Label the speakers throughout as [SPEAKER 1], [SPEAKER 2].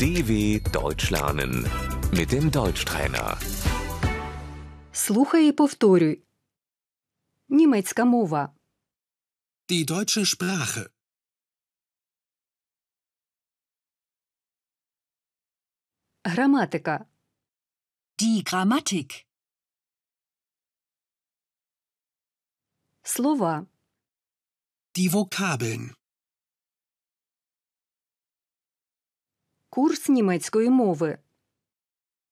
[SPEAKER 1] DW Deutsch lernen mit dem Deutschtrainer.
[SPEAKER 2] Слухай і повторюй. Німецька мова.
[SPEAKER 3] Die deutsche Sprache.
[SPEAKER 2] Граматика.
[SPEAKER 4] Die Grammatik.
[SPEAKER 2] Слова.
[SPEAKER 3] Die Vokabeln.
[SPEAKER 2] Курс німецької мови.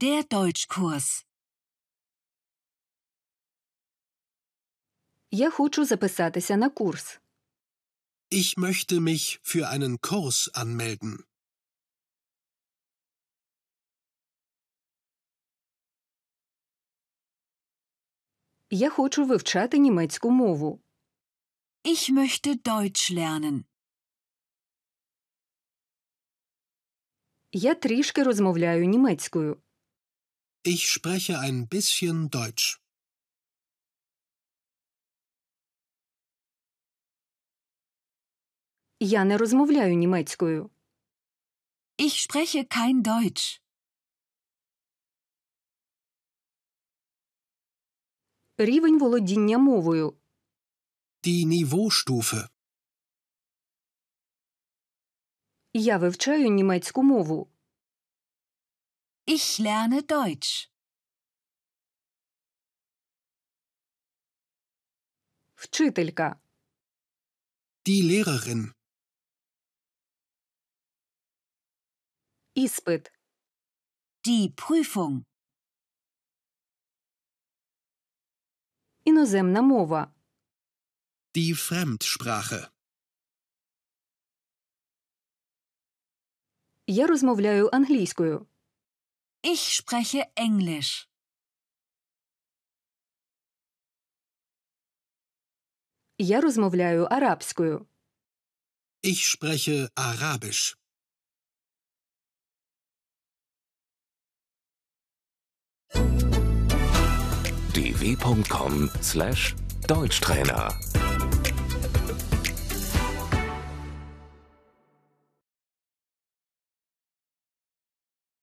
[SPEAKER 4] Der Deutschkurs.
[SPEAKER 2] Я хочу записатися на курс.
[SPEAKER 3] Ich möchte mich für einen Kurs anmelden.
[SPEAKER 2] Я хочу вивчати німецьку мову.
[SPEAKER 4] Ich möchte Deutsch lernen.
[SPEAKER 2] Я трішки розмовляю німецькою.
[SPEAKER 3] Ich spreche ein bisschen Deutsch.
[SPEAKER 2] Я не розмовляю німецькою.
[SPEAKER 4] Ich spreche kein Deutsch.
[SPEAKER 2] Рівень володіння мовою.
[SPEAKER 3] Die Niveaustufe.
[SPEAKER 2] Я вивчаю німецьку мову.
[SPEAKER 4] Ich lerne Deutsch.
[SPEAKER 2] Вчителька.
[SPEAKER 3] Die Lehrerin.
[SPEAKER 2] Іспит.
[SPEAKER 4] Die Prüfung.
[SPEAKER 2] Іноземна мова.
[SPEAKER 3] Die Fremdsprache.
[SPEAKER 2] Я розмовляю англійською.
[SPEAKER 4] Ich spreche Englisch.
[SPEAKER 2] Я розмовляю арабською.
[SPEAKER 3] Ich spreche Arabisch.
[SPEAKER 1] dw.com/deutschtrainer